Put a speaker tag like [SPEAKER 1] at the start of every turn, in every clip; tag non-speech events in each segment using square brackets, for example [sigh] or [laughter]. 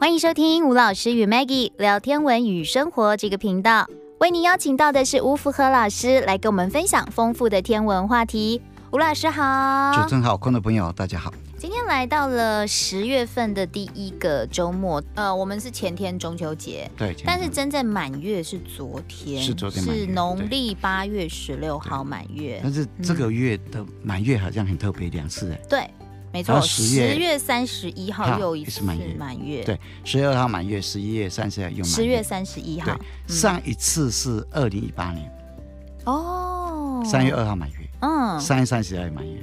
[SPEAKER 1] 欢迎收听吴老师与 Maggie 聊天文与生活这个频道。为您邀请到的是吴福和老师来跟我们分享丰富的天文话题。吴老师好
[SPEAKER 2] 主，持人好，观众朋友大家好。
[SPEAKER 1] 今天来到了十月份的第一个周末，呃，我们是前天中秋节，
[SPEAKER 2] 对，
[SPEAKER 1] 但是真正满月是昨天，
[SPEAKER 2] 嗯是昨天满月
[SPEAKER 1] 是农历八月十六号满月。
[SPEAKER 2] 但是这个月的满月好像很特别两次哎，
[SPEAKER 1] 对，没错，
[SPEAKER 2] 然后10月
[SPEAKER 1] 10月三十一号
[SPEAKER 2] 好
[SPEAKER 1] 又一
[SPEAKER 2] 也是
[SPEAKER 1] 次
[SPEAKER 2] 满月
[SPEAKER 1] 满月，
[SPEAKER 2] 对，十二号满月，十一月三十号又
[SPEAKER 1] 嗯
[SPEAKER 2] 满
[SPEAKER 1] 十月
[SPEAKER 2] 月。
[SPEAKER 1] 三十一
[SPEAKER 2] 对
[SPEAKER 1] 号，嗯
[SPEAKER 2] 上一次是二零一八年
[SPEAKER 1] 哦，
[SPEAKER 2] 三月，二号满月，
[SPEAKER 1] 嗯，
[SPEAKER 2] 三月三十号满月，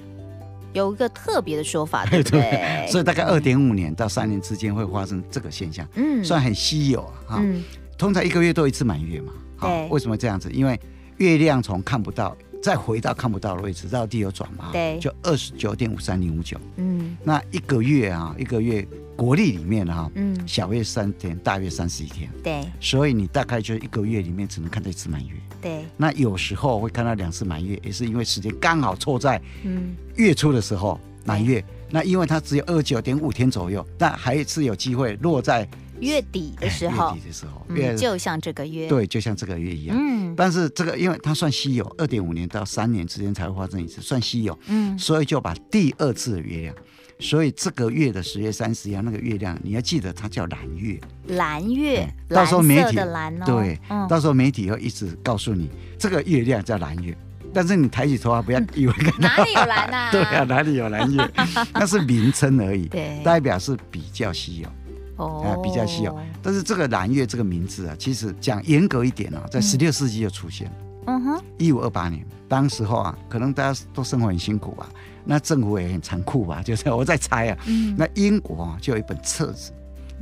[SPEAKER 1] 有一个特别的说法，
[SPEAKER 2] 哎
[SPEAKER 1] 对不对？
[SPEAKER 2] 所以大概二点五年到三年之间会发生这个现象，
[SPEAKER 1] 嗯，
[SPEAKER 2] 算很稀有啊。哈
[SPEAKER 1] 嗯，
[SPEAKER 2] 通常一个月都一次满月嘛。
[SPEAKER 1] 对
[SPEAKER 2] 为什么这样子？因为月亮从看不到再回到看不到的位置，绕地球转嘛，
[SPEAKER 1] 对
[SPEAKER 2] 就二十九点五三零五九。
[SPEAKER 1] 嗯
[SPEAKER 2] 那一个月啊，一个月国历里面啊，
[SPEAKER 1] 嗯，
[SPEAKER 2] 小月三天，大月三十一天，
[SPEAKER 1] 对
[SPEAKER 2] 所以你大概就一个月里面只能看到一次满月。
[SPEAKER 1] 对，
[SPEAKER 2] 那有时候会看到两次满月，也是因为时间刚好错在
[SPEAKER 1] 嗯
[SPEAKER 2] 月初的时候满月。那因为它只有二九点五天左右，那还是有机会落在
[SPEAKER 1] 月底的
[SPEAKER 2] 哎
[SPEAKER 1] 时候
[SPEAKER 2] 月，底的时候，月
[SPEAKER 1] 嗯，就像这个月，，
[SPEAKER 2] 对，就像这个月一样。
[SPEAKER 1] 嗯
[SPEAKER 2] 但是这个因为它算稀有，二点五年到三年之间才会发生一次，算稀有。
[SPEAKER 1] 嗯
[SPEAKER 2] 所以就把第二次的月亮，所以这个月的十月三十一号那个月亮，你要记得它叫蓝月。嗯
[SPEAKER 1] 蓝月，
[SPEAKER 2] 哎到时候媒
[SPEAKER 1] 蓝色
[SPEAKER 2] 体
[SPEAKER 1] 的蓝哦，
[SPEAKER 2] 对
[SPEAKER 1] 嗯，
[SPEAKER 2] 到时 [laughs] 候媒体会一直告诉你这个月亮叫蓝月，但是你抬起头啊，不要
[SPEAKER 1] 嗯
[SPEAKER 2] 以
[SPEAKER 1] [laughs]
[SPEAKER 2] 为看
[SPEAKER 1] 哪里有蓝呐？
[SPEAKER 2] 到对啊，，哪里有蓝
[SPEAKER 1] [laughs]
[SPEAKER 2] 月，那是名称而已，
[SPEAKER 1] 对，
[SPEAKER 2] 代表是比较稀有。啊
[SPEAKER 1] 哦
[SPEAKER 2] 比较稀有但是这个蓝月这个名字啊，其实讲严格一点啊，在十六世纪就出现了。
[SPEAKER 1] 嗯哼，
[SPEAKER 2] 一五二八年，当时候啊，可能大家都生活很辛苦吧，那政府也很残酷吧，就是我在猜啊，
[SPEAKER 1] 嗯
[SPEAKER 2] 那英国啊，就有一本册子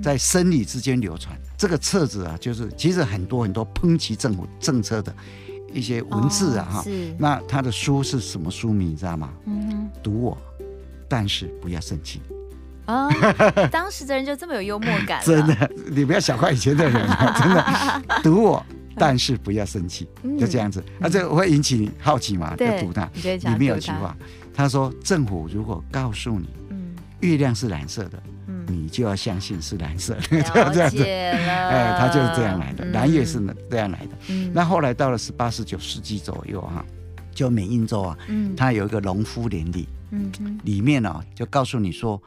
[SPEAKER 2] 在生理之间流传。这个册子啊，就是其实很多很多抨击政府政策的一些文字啊，
[SPEAKER 1] 哦
[SPEAKER 2] 哈、
[SPEAKER 1] 是，
[SPEAKER 2] 那他的书是什么书名，你知道吗？
[SPEAKER 1] 嗯
[SPEAKER 2] 读我，但是不要生气。
[SPEAKER 1] 哼，啊，
[SPEAKER 2] [laughs]
[SPEAKER 1] 当时的人就这么有幽默感，
[SPEAKER 2] 真，的，你不要小看以前的人啊，
[SPEAKER 1] [laughs]
[SPEAKER 2] 真的，读我，但是不要生气，
[SPEAKER 1] 嗯
[SPEAKER 2] 就这样子。啊，这会引起你好奇嘛？就
[SPEAKER 1] 对
[SPEAKER 2] 读它。
[SPEAKER 1] 你就会想
[SPEAKER 2] 里面有
[SPEAKER 1] 读
[SPEAKER 2] 句
[SPEAKER 1] 它，
[SPEAKER 2] 话，他说：“政府如果告诉你
[SPEAKER 1] 嗯
[SPEAKER 2] 月亮是蓝色的，
[SPEAKER 1] 嗯，
[SPEAKER 2] 你就要相信是蓝色的。” [laughs] 这
[SPEAKER 1] 了
[SPEAKER 2] 样子
[SPEAKER 1] 解了，
[SPEAKER 2] 哎，它就是这样来的，
[SPEAKER 1] 嗯
[SPEAKER 2] 蓝月是这样来的。
[SPEAKER 1] 嗯
[SPEAKER 2] 那后来到了十八、十九世纪左右哈、就缅因州啊，
[SPEAKER 1] 嗯
[SPEAKER 2] 它有一个农夫联理，
[SPEAKER 1] 嗯嗯
[SPEAKER 2] 里面呢、就告诉你说，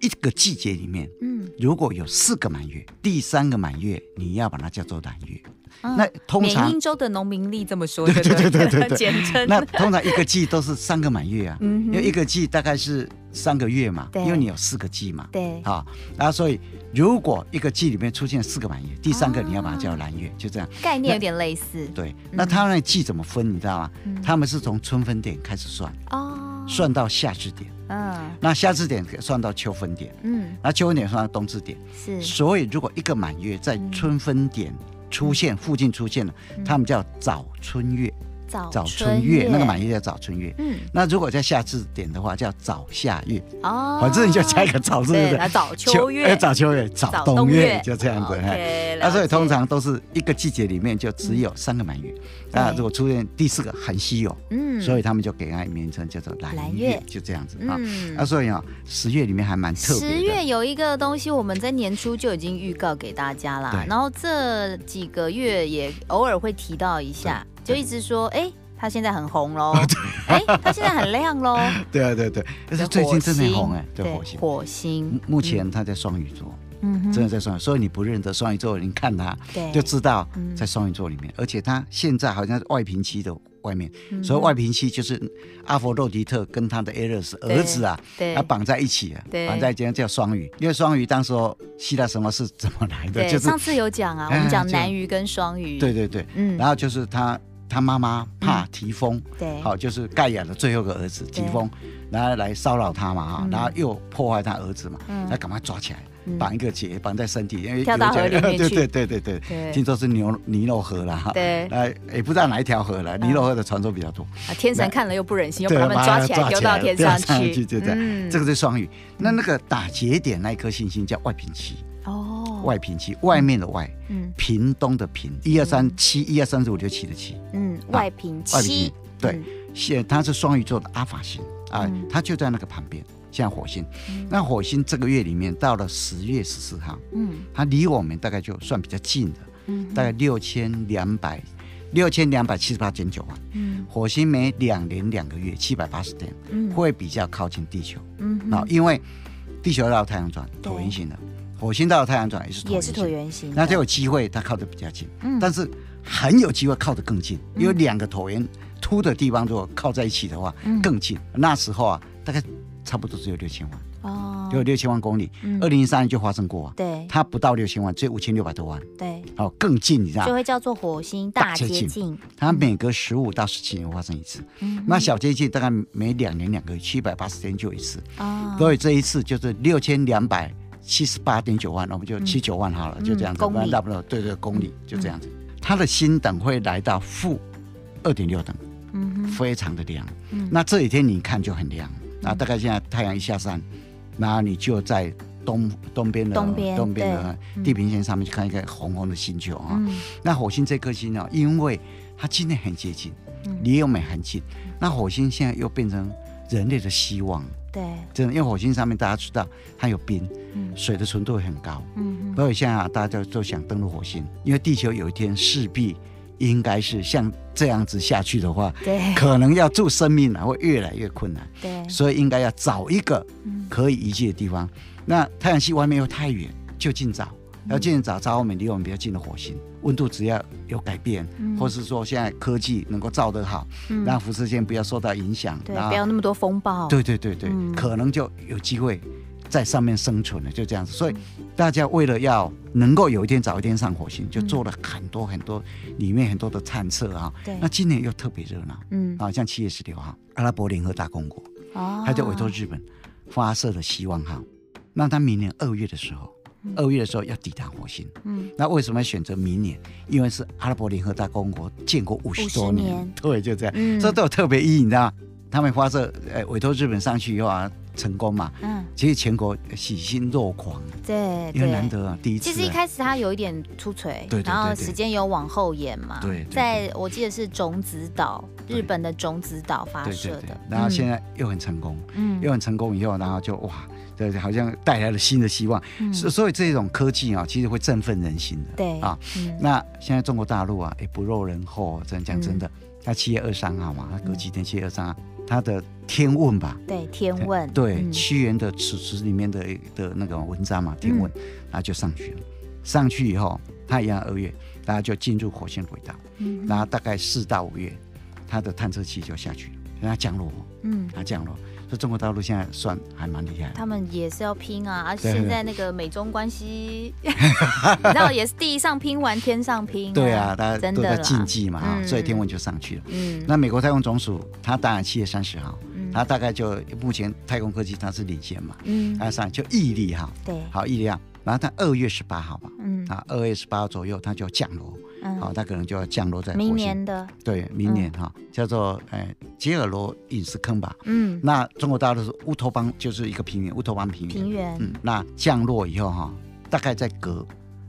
[SPEAKER 2] 一个季节里面
[SPEAKER 1] 嗯，
[SPEAKER 2] 如果有四个满月，第三个满月你要把它叫做蓝月。
[SPEAKER 1] 嗯
[SPEAKER 2] 那通
[SPEAKER 1] 缅
[SPEAKER 2] 常
[SPEAKER 1] 因州的农民力这么说，对对对对简称
[SPEAKER 2] 那通常一个季都是三个满月啊，
[SPEAKER 1] 嗯
[SPEAKER 2] 因
[SPEAKER 1] 哼
[SPEAKER 2] 为一个季大概是三个月嘛，
[SPEAKER 1] 对
[SPEAKER 2] 因为你有四个季嘛。
[SPEAKER 1] 对
[SPEAKER 2] 啊，那所以如果一个季里面出现四个满月，第三个你要把它叫
[SPEAKER 1] 啊
[SPEAKER 2] 蓝月，就这样。
[SPEAKER 1] 概念有点类似
[SPEAKER 2] 对，那他那季怎么分，你知道吗？
[SPEAKER 1] 嗯
[SPEAKER 2] 他们是从春分点开始算，
[SPEAKER 1] 哦，
[SPEAKER 2] 算到夏至点，
[SPEAKER 1] 嗯
[SPEAKER 2] 那夏至点算到秋分点，
[SPEAKER 1] 嗯
[SPEAKER 2] 那秋分点算到冬至点。
[SPEAKER 1] 是
[SPEAKER 2] 所以，如果一个满月在春分点出现、附近出现了，他们叫早春月。
[SPEAKER 1] 嗯早
[SPEAKER 2] 早春月那个满月叫早春月。
[SPEAKER 1] 嗯
[SPEAKER 2] 那如果在夏至点的话，叫早夏月。
[SPEAKER 1] 哦，
[SPEAKER 2] 反正你就加一个早字，
[SPEAKER 1] 对
[SPEAKER 2] 对不
[SPEAKER 1] 啊
[SPEAKER 2] 对？
[SPEAKER 1] 早秋
[SPEAKER 2] 哎
[SPEAKER 1] 月
[SPEAKER 2] 早秋月、早冬月，就这样
[SPEAKER 1] 哦
[SPEAKER 2] 子。哎
[SPEAKER 1] OK，
[SPEAKER 2] 那所以
[SPEAKER 1] 了解
[SPEAKER 2] 通常都是一个季节里面就只有三个满月，那
[SPEAKER 1] 嗯对
[SPEAKER 2] 如果出现第四个很稀有，
[SPEAKER 1] 嗯
[SPEAKER 2] 所以他们就给它名称叫做
[SPEAKER 1] 蓝
[SPEAKER 2] 蓝
[SPEAKER 1] 月
[SPEAKER 2] 月，就这样子啊。那
[SPEAKER 1] 嗯。
[SPEAKER 2] 所以啊，十月里面还蛮特
[SPEAKER 1] 十
[SPEAKER 2] 别的。
[SPEAKER 1] 月有一个东西，我们在年初就已经预告给大家啦
[SPEAKER 2] 对，
[SPEAKER 1] 然后这几个月也偶尔会提到一下，就
[SPEAKER 2] 对
[SPEAKER 1] 一直说，哎、它现在很红
[SPEAKER 2] [laughs]
[SPEAKER 1] 喽，哎、它现在很亮喽，
[SPEAKER 2] 对啊，对对，但是最近真的很红哎，对火星。
[SPEAKER 1] 火星
[SPEAKER 2] 目，目前它在双鱼座，
[SPEAKER 1] 嗯哼
[SPEAKER 2] 真的在双鱼，所以你不认得双鱼座，你看它
[SPEAKER 1] 对
[SPEAKER 2] 就知道
[SPEAKER 1] 嗯
[SPEAKER 2] 在双鱼座里面，而且它现在好像是外平期的外面，
[SPEAKER 1] 嗯
[SPEAKER 2] 所以外平期就是阿佛洛狄特跟他的埃勒斯
[SPEAKER 1] 对
[SPEAKER 2] 儿子啊，
[SPEAKER 1] 对
[SPEAKER 2] 他绑在一起啊，
[SPEAKER 1] 对
[SPEAKER 2] 绑在一起叫双鱼，因为双鱼当时候希腊神话是怎么来的，
[SPEAKER 1] 对，
[SPEAKER 2] 就是
[SPEAKER 1] 上次有讲
[SPEAKER 2] [laughs]
[SPEAKER 1] 啊，我
[SPEAKER 2] 哎
[SPEAKER 1] 们讲
[SPEAKER 2] 就
[SPEAKER 1] 南鱼跟双鱼，
[SPEAKER 2] 对，啊对对，
[SPEAKER 1] 嗯，
[SPEAKER 2] 然后就是他他妈妈怕提风，
[SPEAKER 1] 对，
[SPEAKER 2] 好、就是盖亚的最后一个儿子提风，然后来骚扰他嘛哈，
[SPEAKER 1] 嗯
[SPEAKER 2] 然后又破坏他儿子嘛，
[SPEAKER 1] 嗯
[SPEAKER 2] 他赶快抓起来
[SPEAKER 1] 嗯，
[SPEAKER 2] 绑一个结绑在身体，因为
[SPEAKER 1] 跳到
[SPEAKER 2] 有
[SPEAKER 1] 河里
[SPEAKER 2] 点
[SPEAKER 1] 面
[SPEAKER 2] 对
[SPEAKER 1] 去
[SPEAKER 2] 对对对对，
[SPEAKER 1] 对
[SPEAKER 2] 听说是牛尼洛河啦哈，
[SPEAKER 1] 对嗯
[SPEAKER 2] 那也不知道哪一条河了，尼洛河的传说比较多，
[SPEAKER 1] 啊天神
[SPEAKER 2] 那
[SPEAKER 1] 看了又不忍心，又
[SPEAKER 2] 对
[SPEAKER 1] 把他们抓起来
[SPEAKER 2] 把它
[SPEAKER 1] 丢到天上
[SPEAKER 2] 丢上
[SPEAKER 1] 去，嗯
[SPEAKER 2] 就这样，这个是双鱼。那那个打节点那一颗星星叫外平七，
[SPEAKER 1] 哦，
[SPEAKER 2] 外平七，外面的外，
[SPEAKER 1] 嗯
[SPEAKER 2] 屏东的屏，一二三七，一二三四五六七的七，
[SPEAKER 1] 嗯，外平
[SPEAKER 2] 外平
[SPEAKER 1] 七
[SPEAKER 2] 七，，对，现它是双鱼座的阿法星啊
[SPEAKER 1] 嗯，
[SPEAKER 2] 它就在那个旁边，像火星。那火星这个月里面到了十月十四号，
[SPEAKER 1] 嗯
[SPEAKER 2] 它离我们大概就算比较近的，
[SPEAKER 1] 嗯
[SPEAKER 2] 大概六千两百六千两百七十八点九万。
[SPEAKER 1] 嗯
[SPEAKER 2] 火星每两年两个月七百八十天，
[SPEAKER 1] 嗯
[SPEAKER 2] 会比较靠近地球。
[SPEAKER 1] 嗯哼
[SPEAKER 2] 那、因为地球绕太阳转
[SPEAKER 1] 对
[SPEAKER 2] 椭圆形的，火星绕太阳转也是椭
[SPEAKER 1] 也
[SPEAKER 2] 圆
[SPEAKER 1] 是椭
[SPEAKER 2] 形，
[SPEAKER 1] 圆形的，
[SPEAKER 2] 那就有机会它靠得比较近。
[SPEAKER 1] 嗯
[SPEAKER 2] 但是很有机会靠得更近，
[SPEAKER 1] 嗯
[SPEAKER 2] 因为两个椭圆凸的地方如果靠在一起的话
[SPEAKER 1] 嗯
[SPEAKER 2] 更近。那时候啊，大概差不多只有六千万，
[SPEAKER 1] 哦
[SPEAKER 2] 只有六千万公里。
[SPEAKER 1] 嗯哎
[SPEAKER 2] 二零一三年就发生过啊，
[SPEAKER 1] 对
[SPEAKER 2] 它不到六千万，只有五千六百多万，
[SPEAKER 1] 对，
[SPEAKER 2] 哦，更近，你知
[SPEAKER 1] 就
[SPEAKER 2] 道，
[SPEAKER 1] 会叫做火星
[SPEAKER 2] 大
[SPEAKER 1] 大
[SPEAKER 2] 接
[SPEAKER 1] 接
[SPEAKER 2] 近
[SPEAKER 1] 近。
[SPEAKER 2] 它每隔十五到十七年发生一次。
[SPEAKER 1] 嗯
[SPEAKER 2] 那小接近大概每两年两个月，七百八十天就一次，
[SPEAKER 1] 啊
[SPEAKER 2] 所以这一次就是六千两百七十八点九万，我们就七九万好了，
[SPEAKER 1] 嗯
[SPEAKER 2] 就这样子，
[SPEAKER 1] 公里嗯
[SPEAKER 2] 不然大不了对对公里就这样子。它的新等会来到负二点六等，
[SPEAKER 1] 嗯哼
[SPEAKER 2] 非常的亮。
[SPEAKER 1] 嗯
[SPEAKER 2] 那这几天你看就很亮，那大概现在太阳一下山，然后你就在东东边的
[SPEAKER 1] 东边
[SPEAKER 2] 的
[SPEAKER 1] 对
[SPEAKER 2] 地平线上面去看一个红红的星球啊。
[SPEAKER 1] 嗯
[SPEAKER 2] 那火星这颗星呢、因为它今天很接近
[SPEAKER 1] 嗯，
[SPEAKER 2] 离我们很近。那火星现在又变成人类的希望，
[SPEAKER 1] 对
[SPEAKER 2] 真的，因为火星上面大家知道它有冰，
[SPEAKER 1] 嗯
[SPEAKER 2] 水的纯度会很高，
[SPEAKER 1] 嗯哼
[SPEAKER 2] 所以现在啊，大家都想登陆火星，因为地球有一天势必应该是像这样子下去的话，
[SPEAKER 1] 对
[SPEAKER 2] 可能要住生命啊会越来越困难，
[SPEAKER 1] 对
[SPEAKER 2] 所以应该要找一个
[SPEAKER 1] 哎嗯
[SPEAKER 2] 可以移居的地方。那太阳系外面又太远，就近找，
[SPEAKER 1] 嗯
[SPEAKER 2] 要尽早找我们离我们比较近的火星，温度只要有改变，
[SPEAKER 1] 嗯
[SPEAKER 2] 或是说现在科技能够照得好，
[SPEAKER 1] 嗯
[SPEAKER 2] 让辐射线不要受到影响，
[SPEAKER 1] 对
[SPEAKER 2] 然后
[SPEAKER 1] 不要那么多风暴
[SPEAKER 2] 对对对对，
[SPEAKER 1] 嗯
[SPEAKER 2] 可能就有机会在上面生存了，就这样子。所以大家为了要能够有一天早一天上火星，
[SPEAKER 1] 嗯
[SPEAKER 2] 就做了很多很多里面很多的探测啊。
[SPEAKER 1] 对
[SPEAKER 2] 那今年又特别热闹
[SPEAKER 1] 嗯
[SPEAKER 2] 啊，像七月十六号，阿拉伯联合大公国，
[SPEAKER 1] 哦
[SPEAKER 2] 啊他就委托日本发射了希望号，那他明年二月的时候，二月的时候要抵达火星。
[SPEAKER 1] 嗯
[SPEAKER 2] 那为什么选择明年？因为是阿拉伯联合大公国建国五十周
[SPEAKER 1] 50
[SPEAKER 2] 年，
[SPEAKER 1] 年
[SPEAKER 2] 对，就这样，
[SPEAKER 1] 嗯
[SPEAKER 2] 这都有特别意义，你知道吗？他们发射，呃，委托日本上去以后啊，成功嘛，
[SPEAKER 1] 嗯
[SPEAKER 2] 其实全国喜心若狂，
[SPEAKER 1] 对
[SPEAKER 2] 因为
[SPEAKER 1] 对
[SPEAKER 2] 难得啊，第一次、
[SPEAKER 1] 哎其
[SPEAKER 2] 啊。
[SPEAKER 1] 实一开始它有一点出锤，
[SPEAKER 2] 对对对
[SPEAKER 1] 然后
[SPEAKER 2] 对
[SPEAKER 1] 时间有往后延嘛。
[SPEAKER 2] 对对对
[SPEAKER 1] 在我记得是种子岛，
[SPEAKER 2] 对
[SPEAKER 1] 日本的种子岛发
[SPEAKER 2] 对
[SPEAKER 1] 射
[SPEAKER 2] 对
[SPEAKER 1] 啊的
[SPEAKER 2] 对。，然后现在又很成功，
[SPEAKER 1] 嗯
[SPEAKER 2] 又很成功以后，然后就哇，对，好像带来了新的希望。
[SPEAKER 1] 嗯
[SPEAKER 2] 所、所以这种科技啊，其实会振奋人心的。
[SPEAKER 1] 对
[SPEAKER 2] 啊，
[SPEAKER 1] 嗯
[SPEAKER 2] 那现在中国大陆啊，也不落人后，真讲真
[SPEAKER 1] 嗯
[SPEAKER 2] 的，他七月二三号嘛，他隔几天七月二三号，他的天问吧，
[SPEAKER 1] 对天问
[SPEAKER 2] 对
[SPEAKER 1] 嗯
[SPEAKER 2] 屈原的《楚辞》里面的的那个文章嘛，天
[SPEAKER 1] 嗯
[SPEAKER 2] 问，那就上去了。上去以后，他一样二月，大家就进入火星轨道，
[SPEAKER 1] 嗯
[SPEAKER 2] 然后大概四到五月，他的探测器就下去了，让它降落，
[SPEAKER 1] 嗯，
[SPEAKER 2] 它降落。所以中国大陆现在算还蛮厉害的。
[SPEAKER 1] 他们也是要拼啊，而
[SPEAKER 2] 对对
[SPEAKER 1] 现在那个美中关系，你知道也是地上拼完天上拼、
[SPEAKER 2] 对啊，大家
[SPEAKER 1] 真
[SPEAKER 2] 都
[SPEAKER 1] 的
[SPEAKER 2] 在
[SPEAKER 1] 啦
[SPEAKER 2] 竞技嘛，啊
[SPEAKER 1] 嗯
[SPEAKER 2] 所以天问就上去了。
[SPEAKER 1] 嗯，
[SPEAKER 2] 那美国太空总署，它当然七月三十号，
[SPEAKER 1] 嗯
[SPEAKER 2] 它大概就目前太空科技它是领先嘛，
[SPEAKER 1] 嗯
[SPEAKER 2] 它上就毅力哈，
[SPEAKER 1] 对，
[SPEAKER 2] 好毅力哈，啊然后它二月十八号吧，
[SPEAKER 1] 嗯
[SPEAKER 2] 啊二月十八号左右它就降落，
[SPEAKER 1] 嗯，
[SPEAKER 2] 好、它可能就要降落在火星
[SPEAKER 1] 明年嗯的
[SPEAKER 2] 对明年哈、叫做哎杰尔罗陨石坑吧，
[SPEAKER 1] 嗯
[SPEAKER 2] 那中国大陆是乌托邦就是一个平原，乌托邦平原，
[SPEAKER 1] 平原
[SPEAKER 2] 嗯，那降落以后哈、大概在隔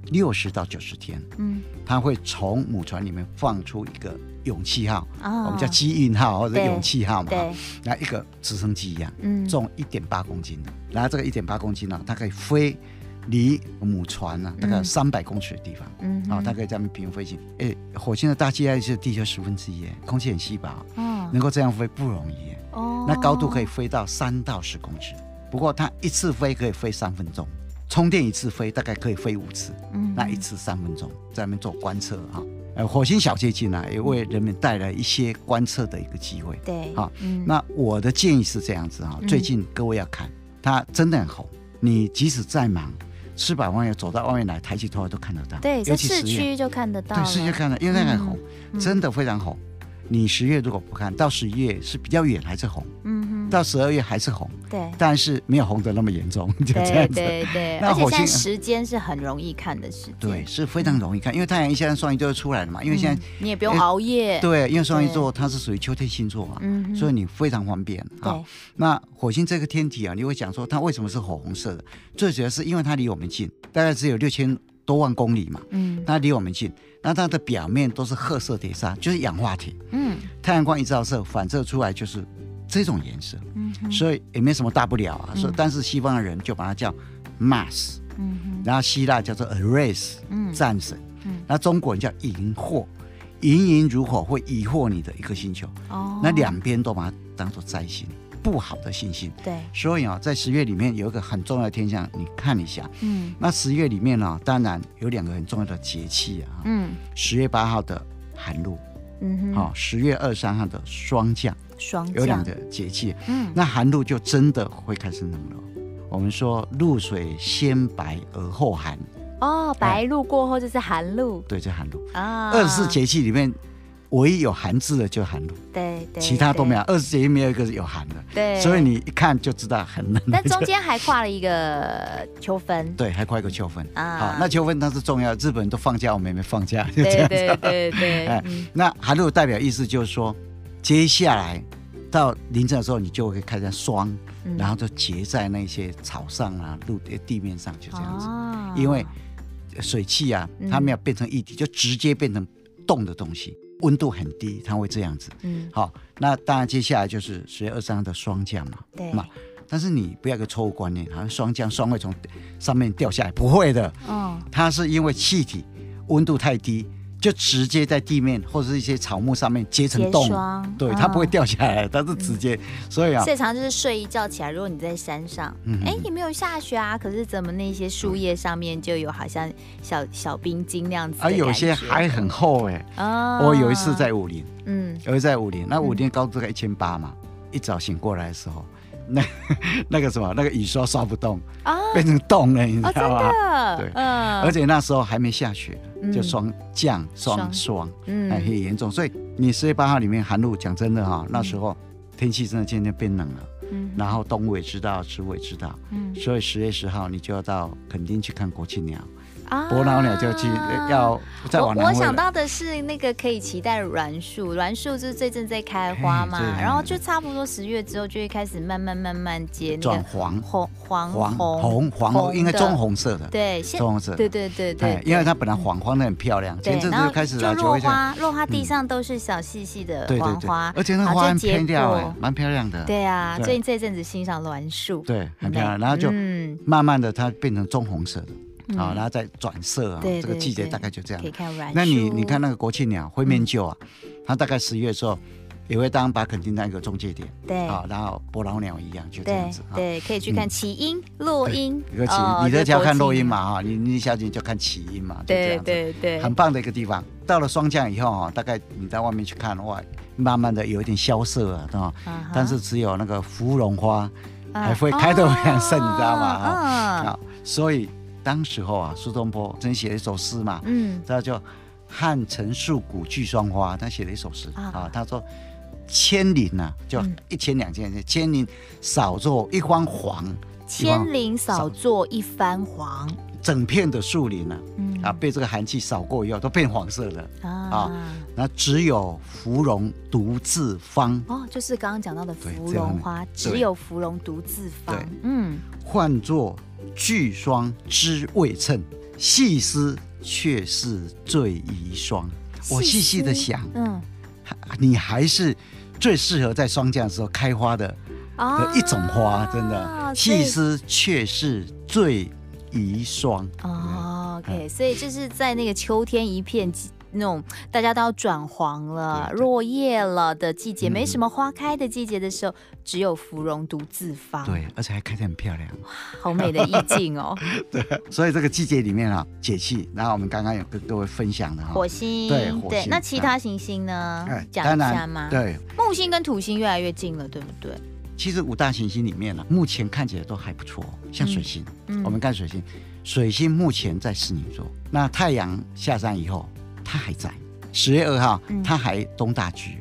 [SPEAKER 2] 六十到九十天，
[SPEAKER 1] 嗯
[SPEAKER 2] 它会从母船里面放出一个勇气号。
[SPEAKER 1] 啊，
[SPEAKER 2] 我们叫机运号或者
[SPEAKER 1] 对
[SPEAKER 2] 勇气号嘛，
[SPEAKER 1] 嗯对
[SPEAKER 2] 那一个直升机一样，
[SPEAKER 1] 嗯
[SPEAKER 2] 重一点八公斤的，然后这个一点八公斤呢、它可以飞离母船呢、啊、大概
[SPEAKER 1] 嗯
[SPEAKER 2] 三百公尺的地方，
[SPEAKER 1] 嗯
[SPEAKER 2] 啊、
[SPEAKER 1] 哼
[SPEAKER 2] 它可以在那边平飞行。哎，火星的大气压力是地球十分之一耶，空气很稀薄，
[SPEAKER 1] 嗯
[SPEAKER 2] 能够这样飞不容易耶。
[SPEAKER 1] 哦
[SPEAKER 2] 那高度可以飞到三到十公尺，不过它一次飞可以飞三分钟，充电一次飞大概可以飞五次。
[SPEAKER 1] 嗯
[SPEAKER 2] 那一次三分钟，在那边做观测啊。呃，火星小接近呢、也为人们带来一些观测的一个机会。
[SPEAKER 1] 对
[SPEAKER 2] 好
[SPEAKER 1] 嗯
[SPEAKER 2] 那我的建议是这样子啊
[SPEAKER 1] 嗯，
[SPEAKER 2] 最近各位要看，它真的很红。你即使再忙，吃饱饭要走到外面来，抬起头来都看得到。
[SPEAKER 1] 对，
[SPEAKER 2] 尤
[SPEAKER 1] 在
[SPEAKER 2] 其
[SPEAKER 1] 市
[SPEAKER 2] 十月，
[SPEAKER 1] 区就看得到
[SPEAKER 2] 对，
[SPEAKER 1] 了，
[SPEAKER 2] 市区看得到，因为那个很红，
[SPEAKER 1] 嗯
[SPEAKER 2] 真的非常红。你十月如果不看到十一月是比较远还是红，
[SPEAKER 1] 嗯哼，
[SPEAKER 2] 到十二月还是红，
[SPEAKER 1] 对。
[SPEAKER 2] 但是没有红的那么严重， [laughs] 就这
[SPEAKER 1] 对
[SPEAKER 2] 样子。
[SPEAKER 1] 对对，
[SPEAKER 2] 那
[SPEAKER 1] 而且
[SPEAKER 2] 火
[SPEAKER 1] 现在
[SPEAKER 2] 星
[SPEAKER 1] 时间是很容易看的时间，
[SPEAKER 2] [laughs] 对，，是非常容易看，因为太阳一下山双鱼就会出来了嘛。因为现在
[SPEAKER 1] 嗯你也不用熬夜，，
[SPEAKER 2] 对，因为双鱼
[SPEAKER 1] 对
[SPEAKER 2] 座它是属于秋天星座啊，
[SPEAKER 1] 嗯哼，
[SPEAKER 2] 所以你非常方便啊
[SPEAKER 1] 对。，
[SPEAKER 2] 那火星这个天体啊，你会讲说它为什么是火红色的？最主要是因为它离我们近，大概只有六千多万公里嘛，
[SPEAKER 1] 嗯
[SPEAKER 2] 它离我们近，那它的表面都是褐色铁砂，就是氧化铁，
[SPEAKER 1] 嗯
[SPEAKER 2] 太阳光一照射反射出来就是这种颜色，
[SPEAKER 1] 嗯哼
[SPEAKER 2] 所以也没什么大不了啊。
[SPEAKER 1] 嗯
[SPEAKER 2] 所以但是西方的人就把它叫 Mars，
[SPEAKER 1] 嗯
[SPEAKER 2] 然后希腊叫做 Ares，
[SPEAKER 1] 哼嗯
[SPEAKER 2] 战神
[SPEAKER 1] 嗯，
[SPEAKER 2] 那中国人叫荧惑，荧荧如火会疑惑你的一个星球。
[SPEAKER 1] 哦
[SPEAKER 2] 那两边都把它当做灾星，不好的星星。
[SPEAKER 1] 对，
[SPEAKER 2] 所以啊，在十月里面有一个很重要的天象，你看一下。
[SPEAKER 1] 嗯
[SPEAKER 2] 那十月里面呢、当然有两个很重要的节气啊，
[SPEAKER 1] 嗯
[SPEAKER 2] 十月八号的寒露，
[SPEAKER 1] 嗯哼，
[SPEAKER 2] 好、十、月二三号的霜降，
[SPEAKER 1] 霜降
[SPEAKER 2] 有两个节气。
[SPEAKER 1] 嗯
[SPEAKER 2] 那寒露就真的会开始冷了。我们说露水先白而后寒，
[SPEAKER 1] 哦，白露过后就是寒露
[SPEAKER 2] 对，这寒露。
[SPEAKER 1] 啊，
[SPEAKER 2] 二十四节气里面，唯一有寒字的就寒露，
[SPEAKER 1] 对对，
[SPEAKER 2] 其他都没有
[SPEAKER 1] 有，。
[SPEAKER 2] 二十节气没有一个是有寒的。
[SPEAKER 1] 对，
[SPEAKER 2] 所以你一看就知道很冷。
[SPEAKER 1] 但中间还跨了一个秋分
[SPEAKER 2] [laughs] 对，还快一个秋分。
[SPEAKER 1] 啊，
[SPEAKER 2] 好，那秋分它是重要，日本人都
[SPEAKER 1] [laughs]
[SPEAKER 2] 放假，我们也没放假，就这
[SPEAKER 1] 对
[SPEAKER 2] 样。
[SPEAKER 1] 对对对，
[SPEAKER 2] 哎
[SPEAKER 1] 嗯
[SPEAKER 2] 那寒露代表意思就是说，接下来到凌晨的时候，你就会看见霜，
[SPEAKER 1] 嗯
[SPEAKER 2] 然后就结在那些草上啊、陆地面上，就这样子。
[SPEAKER 1] 哦
[SPEAKER 2] 因为水汽啊，
[SPEAKER 1] 嗯
[SPEAKER 2] 它没有变成液体，就直接变成冻的东西，温度很低，它会这样子。
[SPEAKER 1] 嗯
[SPEAKER 2] 好，那当然接下来就是十月二三的霜降嘛。
[SPEAKER 1] 对
[SPEAKER 2] 嘛，但是你不要有个错误观念，好像霜降霜会从上面掉下来，不会的，
[SPEAKER 1] 哦
[SPEAKER 2] 它是因为气体温度太低，就直接在地面或者是一些草木上面结成
[SPEAKER 1] 结
[SPEAKER 2] 冻，
[SPEAKER 1] 霜
[SPEAKER 2] 对，它不会
[SPEAKER 1] 嗯
[SPEAKER 2] 掉下来，它是直接，所以啊，
[SPEAKER 1] 最常就是睡一觉起来，如果你在山上，
[SPEAKER 2] 嗯
[SPEAKER 1] 哎、也没有下雪啊，可是怎么那些树叶上面就有好像小小冰晶那样子的
[SPEAKER 2] 而
[SPEAKER 1] 感觉？
[SPEAKER 2] 啊有些还很厚哎、
[SPEAKER 1] 啊
[SPEAKER 2] 我有一次在武林，
[SPEAKER 1] 嗯
[SPEAKER 2] 有一次在武林，那武林高度在一千八嘛，一早醒过来的时候，那 [laughs] 那个什么那个雨刷刷不动，
[SPEAKER 1] 啊
[SPEAKER 2] 变成冻了，你
[SPEAKER 1] 哦，
[SPEAKER 2] 知
[SPEAKER 1] 真
[SPEAKER 2] 道吗？
[SPEAKER 1] 的，
[SPEAKER 2] 对
[SPEAKER 1] 嗯
[SPEAKER 2] 而且那时候还没下雪，就
[SPEAKER 1] 嗯
[SPEAKER 2] 霜降霜
[SPEAKER 1] 霜
[SPEAKER 2] 霜。哎，很
[SPEAKER 1] 嗯
[SPEAKER 2] 严重。所以你十月八号里面寒露，讲真的哈、那时候天气真的渐渐变冷了，
[SPEAKER 1] 嗯
[SPEAKER 2] 然后动物也知道，植物也知道，
[SPEAKER 1] 嗯
[SPEAKER 2] 所以十月十号你就要到垦丁去看国庆鸟，
[SPEAKER 1] 啊
[SPEAKER 2] 伯劳鸟就去要再往
[SPEAKER 1] 我
[SPEAKER 2] 南
[SPEAKER 1] 我
[SPEAKER 2] 回
[SPEAKER 1] 想
[SPEAKER 2] 了。
[SPEAKER 1] 到的是那个可以期待栾树，栾树就是最近在开花嘛
[SPEAKER 2] 嘿嗯对，
[SPEAKER 1] 然后就差不多十月之后就会开始慢慢慢慢结那
[SPEAKER 2] 转
[SPEAKER 1] 个
[SPEAKER 2] 黄
[SPEAKER 1] 红黄
[SPEAKER 2] 黄
[SPEAKER 1] 红
[SPEAKER 2] 红黄，应该
[SPEAKER 1] 的
[SPEAKER 2] 棕红色的，
[SPEAKER 1] 对，现
[SPEAKER 2] 棕红色的，
[SPEAKER 1] 对对对对
[SPEAKER 2] 哎，，因为它本来黄黄的很漂亮，
[SPEAKER 1] 对
[SPEAKER 2] 前阵子
[SPEAKER 1] 然后
[SPEAKER 2] 就开始
[SPEAKER 1] 就
[SPEAKER 2] 啊，
[SPEAKER 1] 落
[SPEAKER 2] 会这样，
[SPEAKER 1] 花，落花地上都是小细细的
[SPEAKER 2] 对对
[SPEAKER 1] 黄
[SPEAKER 2] 对
[SPEAKER 1] 花，，
[SPEAKER 2] 而且那个
[SPEAKER 1] 好
[SPEAKER 2] 花
[SPEAKER 1] 像
[SPEAKER 2] 很
[SPEAKER 1] 结
[SPEAKER 2] 偏掉哎
[SPEAKER 1] 果，
[SPEAKER 2] 蛮漂亮的，
[SPEAKER 1] 对啊，
[SPEAKER 2] 对
[SPEAKER 1] 最近这阵子欣赏栾树，
[SPEAKER 2] 对，很
[SPEAKER 1] 美
[SPEAKER 2] 漂亮，然后就
[SPEAKER 1] 嗯，
[SPEAKER 2] 慢慢的它变成棕红色的，啊，
[SPEAKER 1] 嗯
[SPEAKER 2] 然后再转色啊，
[SPEAKER 1] 对
[SPEAKER 2] 这个
[SPEAKER 1] 对
[SPEAKER 2] 季节
[SPEAKER 1] 对
[SPEAKER 2] 大概就这样
[SPEAKER 1] 可以。看栾树。嗯
[SPEAKER 2] 那你你看，那个国庆鸟灰面鹫啊，它大概十一月的时候也会当把垦丁当一个中介点
[SPEAKER 1] 对
[SPEAKER 2] 啊，然后伯劳鸟一样就这样
[SPEAKER 1] 对
[SPEAKER 2] 子啊。
[SPEAKER 1] 对，可以去看起因、落因
[SPEAKER 2] 一个起，
[SPEAKER 1] 哦
[SPEAKER 2] 你
[SPEAKER 1] 这
[SPEAKER 2] 在家
[SPEAKER 1] 国
[SPEAKER 2] 看
[SPEAKER 1] 庆
[SPEAKER 2] 落音嘛啊，你你小姐就看起音嘛，就这
[SPEAKER 1] 对
[SPEAKER 2] 样子，
[SPEAKER 1] 对对，
[SPEAKER 2] 很棒的一个地方。到了霜降以后啊，大概你在外面去看的话，慢慢的有一点萧瑟啊，啊，
[SPEAKER 1] 啊哈
[SPEAKER 2] 但是只有那个芙蓉花
[SPEAKER 1] 啊
[SPEAKER 2] 还会开得非常盛你知道吗
[SPEAKER 1] 哦
[SPEAKER 2] 啊，所以当时候啊，苏东坡曾写了一首诗嘛，
[SPEAKER 1] 嗯
[SPEAKER 2] 他叫汉陈树古巨霜花，他写了一首诗
[SPEAKER 1] 啊
[SPEAKER 2] 啊，他说千林呐、啊，就
[SPEAKER 1] 嗯
[SPEAKER 2] 一千两千，千林少作一方黄，
[SPEAKER 1] 嗯，千林扫作一番黄，
[SPEAKER 2] 整片的树林啊，
[SPEAKER 1] 嗯
[SPEAKER 2] 啊被这个寒气扫过以后都变黄色了，
[SPEAKER 1] 啊
[SPEAKER 2] 那只有芙蓉独自芳，
[SPEAKER 1] 哦，就是刚刚讲到的
[SPEAKER 2] 对
[SPEAKER 1] 芙
[SPEAKER 2] 这样
[SPEAKER 1] 蓉
[SPEAKER 2] 的
[SPEAKER 1] 花，只
[SPEAKER 2] 对
[SPEAKER 1] 有芙蓉独自芳
[SPEAKER 2] 对，
[SPEAKER 1] 嗯，
[SPEAKER 2] 唤作巨霜之未称，细思却是最宜霜。我细细的
[SPEAKER 1] 思
[SPEAKER 2] 想，
[SPEAKER 1] 嗯
[SPEAKER 2] 你还是最适合在霜降的时候开花的
[SPEAKER 1] 啊
[SPEAKER 2] 的一种花，真的，细
[SPEAKER 1] 思。
[SPEAKER 2] 思却是最宜霜。
[SPEAKER 1] 哦，OK，所
[SPEAKER 2] 嗯
[SPEAKER 1] 以就是在那个秋天一片季那种大家都要转黄了、
[SPEAKER 2] 对嗯对
[SPEAKER 1] 落叶了的季节，没什么花开的季节的时候，只有芙蓉独自芳，，
[SPEAKER 2] 对，嗯而且还开得很漂亮。
[SPEAKER 1] 好美的意境
[SPEAKER 2] [laughs]
[SPEAKER 1] 哦。
[SPEAKER 2] 所以这个季节里面啊，节气，然后我们刚刚有跟各位分享的哈
[SPEAKER 1] 火。星，
[SPEAKER 2] 对火星嗯哎
[SPEAKER 1] 那其他行星呢？讲
[SPEAKER 2] 当
[SPEAKER 1] 一下
[SPEAKER 2] 然
[SPEAKER 1] 吗？，
[SPEAKER 2] 对，
[SPEAKER 1] 木星跟土星越来越近了，对不对？
[SPEAKER 2] 其实五大行星里面呢、目前看起来都还不错，像水星，
[SPEAKER 1] 嗯
[SPEAKER 2] 我们看水星，水星目前在狮女座，那太阳下山以后，它还在，十月二号
[SPEAKER 1] 嗯，
[SPEAKER 2] 它还东大局，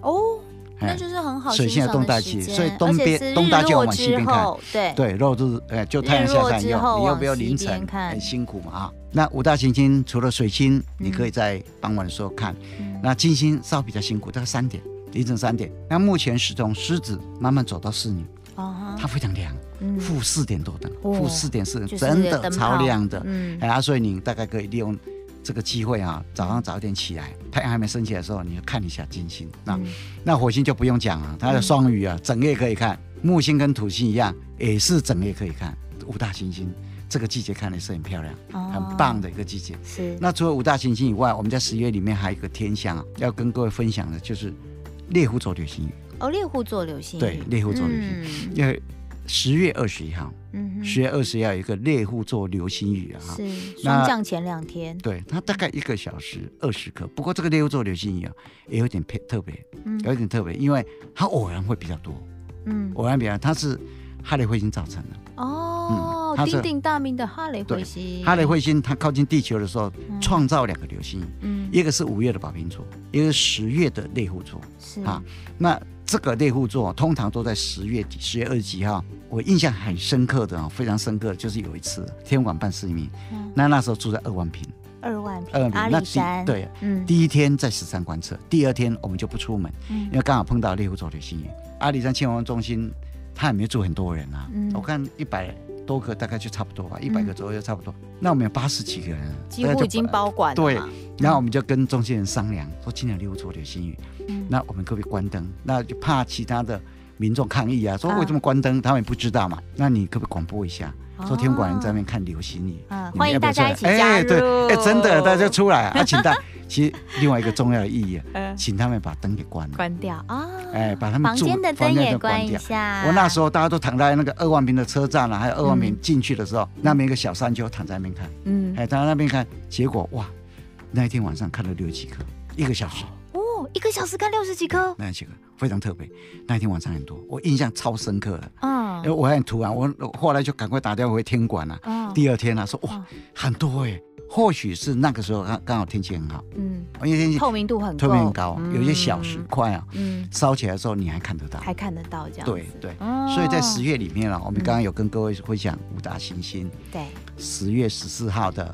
[SPEAKER 1] 哦，
[SPEAKER 2] 哎
[SPEAKER 1] 那就是很好
[SPEAKER 2] 水
[SPEAKER 1] 欣
[SPEAKER 2] 星的
[SPEAKER 1] 赏
[SPEAKER 2] 东大
[SPEAKER 1] 的
[SPEAKER 2] 气
[SPEAKER 1] 时间，
[SPEAKER 2] 所以东边
[SPEAKER 1] 而且是
[SPEAKER 2] 东
[SPEAKER 1] 日
[SPEAKER 2] 大就要
[SPEAKER 1] 落
[SPEAKER 2] 往西
[SPEAKER 1] 之
[SPEAKER 2] 边看
[SPEAKER 1] 后，对，
[SPEAKER 2] 对，落日，呃，就太阳下山以
[SPEAKER 1] 日落之后
[SPEAKER 2] 后，你又不要
[SPEAKER 1] 往西
[SPEAKER 2] 凌
[SPEAKER 1] 边
[SPEAKER 2] 晨
[SPEAKER 1] 看嗯
[SPEAKER 2] 很辛苦嘛啊。那五大行星除了水星，你可以在傍晚的时候看，那金星稍微比较辛苦，大概三点，凌晨三点。那目前是从狮子慢慢走到狮女，
[SPEAKER 1] 哦哈，
[SPEAKER 2] 它非常凉，
[SPEAKER 1] 嗯
[SPEAKER 2] 负四点多灯，
[SPEAKER 1] 哦
[SPEAKER 2] 负四点四
[SPEAKER 1] 就是
[SPEAKER 2] 真的
[SPEAKER 1] 灯泡
[SPEAKER 2] 超亮的，哎
[SPEAKER 1] 嗯
[SPEAKER 2] 哎呀，所以你大概可以利用这个机会啊，早上早一点起来，太阳还没升起来的时候，你就看一下金星。那、
[SPEAKER 1] 嗯
[SPEAKER 2] 那火星就不用讲了，它的双鱼啊，整夜可以看。木星跟土星一样，也是整夜可以看。五大行星这个季节看的是很漂亮，
[SPEAKER 1] 哦
[SPEAKER 2] 很棒的一个季节。
[SPEAKER 1] 是
[SPEAKER 2] 那除了五大行星以外，我们在十月里面还有一个天象啊，要跟各位分享的就是猎户座流星雨。
[SPEAKER 1] 哦，猎户座流星雨，
[SPEAKER 2] 对猎户座流星
[SPEAKER 1] 星，
[SPEAKER 2] 因为十月二十一号，
[SPEAKER 1] 嗯哼，
[SPEAKER 2] 十月二十一号有一个猎户座流星雨啊，
[SPEAKER 1] 是
[SPEAKER 2] 那
[SPEAKER 1] 霜降前两天，
[SPEAKER 2] 对，它大概一个小时二十颗。不过这个猎户座流星雨啊，也有点偏特别，
[SPEAKER 1] 嗯
[SPEAKER 2] 有一点特别，因为它偶然会比较多，
[SPEAKER 1] 嗯，
[SPEAKER 2] 偶然比较多它是哈雷彗星造成的。
[SPEAKER 1] 哦，
[SPEAKER 2] 嗯它是
[SPEAKER 1] 鼎鼎大名的哈雷彗
[SPEAKER 2] 对
[SPEAKER 1] 星，
[SPEAKER 2] 哈雷彗星它靠近地球的时候，
[SPEAKER 1] 嗯
[SPEAKER 2] 创造两个流星雨，
[SPEAKER 1] 嗯，
[SPEAKER 2] 一个是五月的宝瓶座，一个是十月的猎户座。
[SPEAKER 1] 是
[SPEAKER 2] 啊，那这个猎户座通常都在十月底，十月二十几号。我印象很深刻的啊，非常深刻，就是有一次天文馆办市民，
[SPEAKER 1] 嗯
[SPEAKER 2] 那那时候住在二万平，
[SPEAKER 1] 二万平
[SPEAKER 2] 二万平
[SPEAKER 1] 阿
[SPEAKER 2] 那
[SPEAKER 1] 里
[SPEAKER 2] 第
[SPEAKER 1] 山，，
[SPEAKER 2] 对，
[SPEAKER 1] 嗯，
[SPEAKER 2] 第一天在十三观测，第二天我们就不出门，
[SPEAKER 1] 嗯
[SPEAKER 2] 因为刚好碰到猎户座流星雨。阿里山亲王中心，他也没住很多人啊，
[SPEAKER 1] 嗯
[SPEAKER 2] 我看一百多个大概就差不多吧，一百个左右差不多。那我们有八十几个人，啊
[SPEAKER 1] 几
[SPEAKER 2] 大概
[SPEAKER 1] 乎
[SPEAKER 2] 就
[SPEAKER 1] 已经
[SPEAKER 2] 把
[SPEAKER 1] 包管了
[SPEAKER 2] 对
[SPEAKER 1] 嘛，
[SPEAKER 2] 然后我们就跟中心人商量，说今年六座流星雨，
[SPEAKER 1] 嗯
[SPEAKER 2] 那我们可不可以关灯？那就怕其他的民众抗议啊，说
[SPEAKER 1] 啊
[SPEAKER 2] 为什么关灯？他们也不知道嘛。那你可不可以广播一下，说天管人在那
[SPEAKER 1] 哦
[SPEAKER 2] 边看流星雨？
[SPEAKER 1] 嗯，欢
[SPEAKER 2] 你们
[SPEAKER 1] 迎
[SPEAKER 2] 要不
[SPEAKER 1] 大
[SPEAKER 2] 要出
[SPEAKER 1] 家
[SPEAKER 2] 来
[SPEAKER 1] 一起加
[SPEAKER 2] 哎，对，
[SPEAKER 1] 入，
[SPEAKER 2] 哎，真的，大家出来啊，请大。其实另外一个重要的意义啊，
[SPEAKER 1] 呃
[SPEAKER 2] 请他们把灯给关了。
[SPEAKER 1] 关掉啊，
[SPEAKER 2] 哎，把他们
[SPEAKER 1] 房
[SPEAKER 2] 住
[SPEAKER 1] 间的
[SPEAKER 2] 房
[SPEAKER 1] 灯
[SPEAKER 2] 间
[SPEAKER 1] 也
[SPEAKER 2] 都
[SPEAKER 1] 关
[SPEAKER 2] 关
[SPEAKER 1] 一
[SPEAKER 2] 掉。
[SPEAKER 1] 下。
[SPEAKER 2] 我那时候大家都躺在那个二万平的车站了、啊，还有二万平
[SPEAKER 1] 嗯
[SPEAKER 2] 进去的时候，那边一个小山丘躺在那边看，
[SPEAKER 1] 嗯，
[SPEAKER 2] 哎，躺在那边看，结果哇，那一天晚上看了六十几颗，一个小时，
[SPEAKER 1] 哦，一个小时看六十几颗，
[SPEAKER 2] 那几个非常特别。那一天晚上很多，我印象超深刻的，因
[SPEAKER 1] 嗯
[SPEAKER 2] 为我很突然，我我后来就赶快打电话回天馆了、啊。
[SPEAKER 1] 嗯，
[SPEAKER 2] 第二天啊，说哇
[SPEAKER 1] 哦
[SPEAKER 2] 很多哎、或许是那个时候刚刚好天气很好，
[SPEAKER 1] 嗯，
[SPEAKER 2] 因为天气
[SPEAKER 1] 透明度很
[SPEAKER 2] 特
[SPEAKER 1] 够
[SPEAKER 2] 别很高，有一些小石
[SPEAKER 1] 嗯
[SPEAKER 2] 块啊，
[SPEAKER 1] 嗯，
[SPEAKER 2] 烧起来的时候你还看得到。
[SPEAKER 1] 还看得到这样子。
[SPEAKER 2] 对对，
[SPEAKER 1] 哦，
[SPEAKER 2] 所以在十月里面啊，我们
[SPEAKER 1] 嗯
[SPEAKER 2] 刚刚有跟各位分享五大行星，
[SPEAKER 1] 对
[SPEAKER 2] 十月十四号的